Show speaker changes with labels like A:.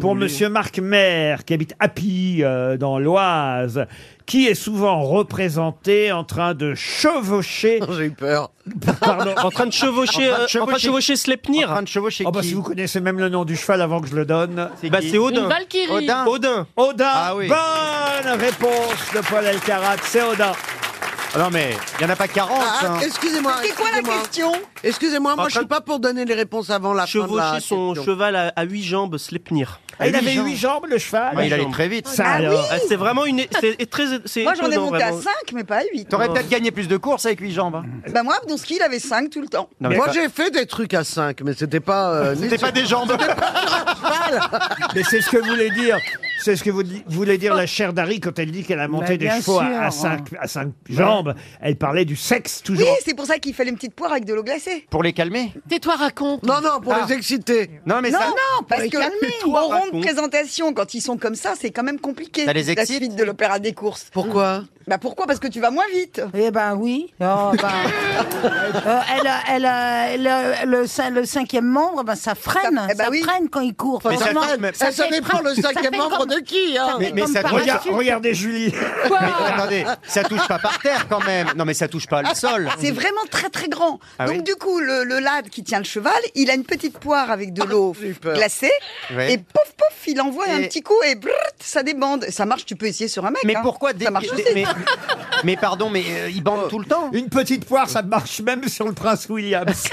A: Pour Monsieur Marc Maire, qui habite Happy, euh, dans l'Oise, qui est souvent représenté en train de chevaucher. J'ai eu peur. Pardon.
B: En train de chevaucher, euh, en train de chevaucher Sleipnir. En train de chevaucher
A: Oh bah si vous connaissez même le nom du cheval avant que je le donne.
B: Bah, qui Ah. c'est Odin. Une Valkyrie. Odin.
A: Odin. Odin. Bonne réponse de Paul Elkarat. C'est Odin.
C: Ah Non mais, il n'y en a pas hein. 40.
D: Ah, excusez-moi.
E: C'était quoi la
D: excusez-moi.
E: question
D: Excusez-moi, moi
B: En
D: je suis
B: train-
D: pas pour donner les réponses avant la fin de la
B: Chevaucher son
D: question.
B: cheval à, à huit jambes, Sleipnir.
A: Ah, il avait huit jambes le cheval.
B: Ah, il allait
C: très vite.
A: Ça alors.
B: Ah, C'est vraiment une. C'est très. c'est
E: Moi, j'en ai
B: étonnant,
E: monté à
B: vraiment.
E: 5, mais pas à 8.
C: T'aurais peut-être gagné plus de courses avec 8 jambes. hein.
E: Bah, moi, dans ce qu'il avait 5 tout le temps.
C: Non, mais
D: Moi
C: pas-
D: j'ai fait des trucs à 5, mais c'était pas. euh, ni
C: C'était
D: sur-
C: pas des jambes.
A: Mais c'est ce que voulait dire. C'est ce que vous di- voulait dire la chère Dari quand elle dit qu'elle a monté
F: Bah,
A: des
F: bien
A: chevaux à-
F: sûr,
A: à,
F: hein.
A: cinq, à cinq jambes. Elle parlait du sexe
E: Oui,
A: toujours.
E: c'est pour ça qu'il fallait une petite poire avec de l'eau glacée.
C: Pour les calmer
G: Tais-toi, raconte.
D: Non, non, pour
C: Ah.
D: les exciter.
C: Non, mais
E: non,
C: ça.
E: non, parce
D: les
E: que
D: calmer,
E: au rond de
B: raconte.
E: présentation, quand ils sont comme ça, c'est quand même compliqué.
C: Ça les
E: la
C: excite
E: suite de l'opéra des courses.
D: Pourquoi
E: Bah pourquoi Parce que tu vas moins vite.
F: Eh ben oui. Oh, ben. Euh, elle, a- elle, a- elle a- le, cin- le cinquième membre, ben, ça freine.
E: Ça-
F: Ça,
E: eh ben oui.
F: freine quand il court.
C: Mais ça
F: Franchement,
C: freine, mais-
D: Ça, ça
F: fait
D: dépend
F: frein-
D: le cinquième
F: fait
D: membre
F: comme-
D: de qui hein.
F: fait
C: mais
F: comme
C: ça
F: par
C: doit-
A: Regarde-
F: insulte.
A: regardez Julie.
C: Mais attendez, ça touche pas par terre quand même. Non, mais ça touche pas le sol.
E: Ah, C'est vraiment très très grand.
C: Ah
E: Donc
C: oui
E: du coup, le, le lad qui tient le cheval, il a une petite poire avec de l'eau
D: j'ai eu peur.
E: glacée
C: Ah, Ouais.
E: et pof pof, il envoie un
C: Et-
E: petit coup et brrrt, ça débande. Ça marche, tu peux essayer sur un mec.
C: Mais
E: hein.
C: pourquoi des-
E: Ça marche
C: des-
E: aussi.
C: mais, mais pardon, mais euh, ils bandent tout le temps.
A: Une petite poire, ça marche même sur le prince Williams.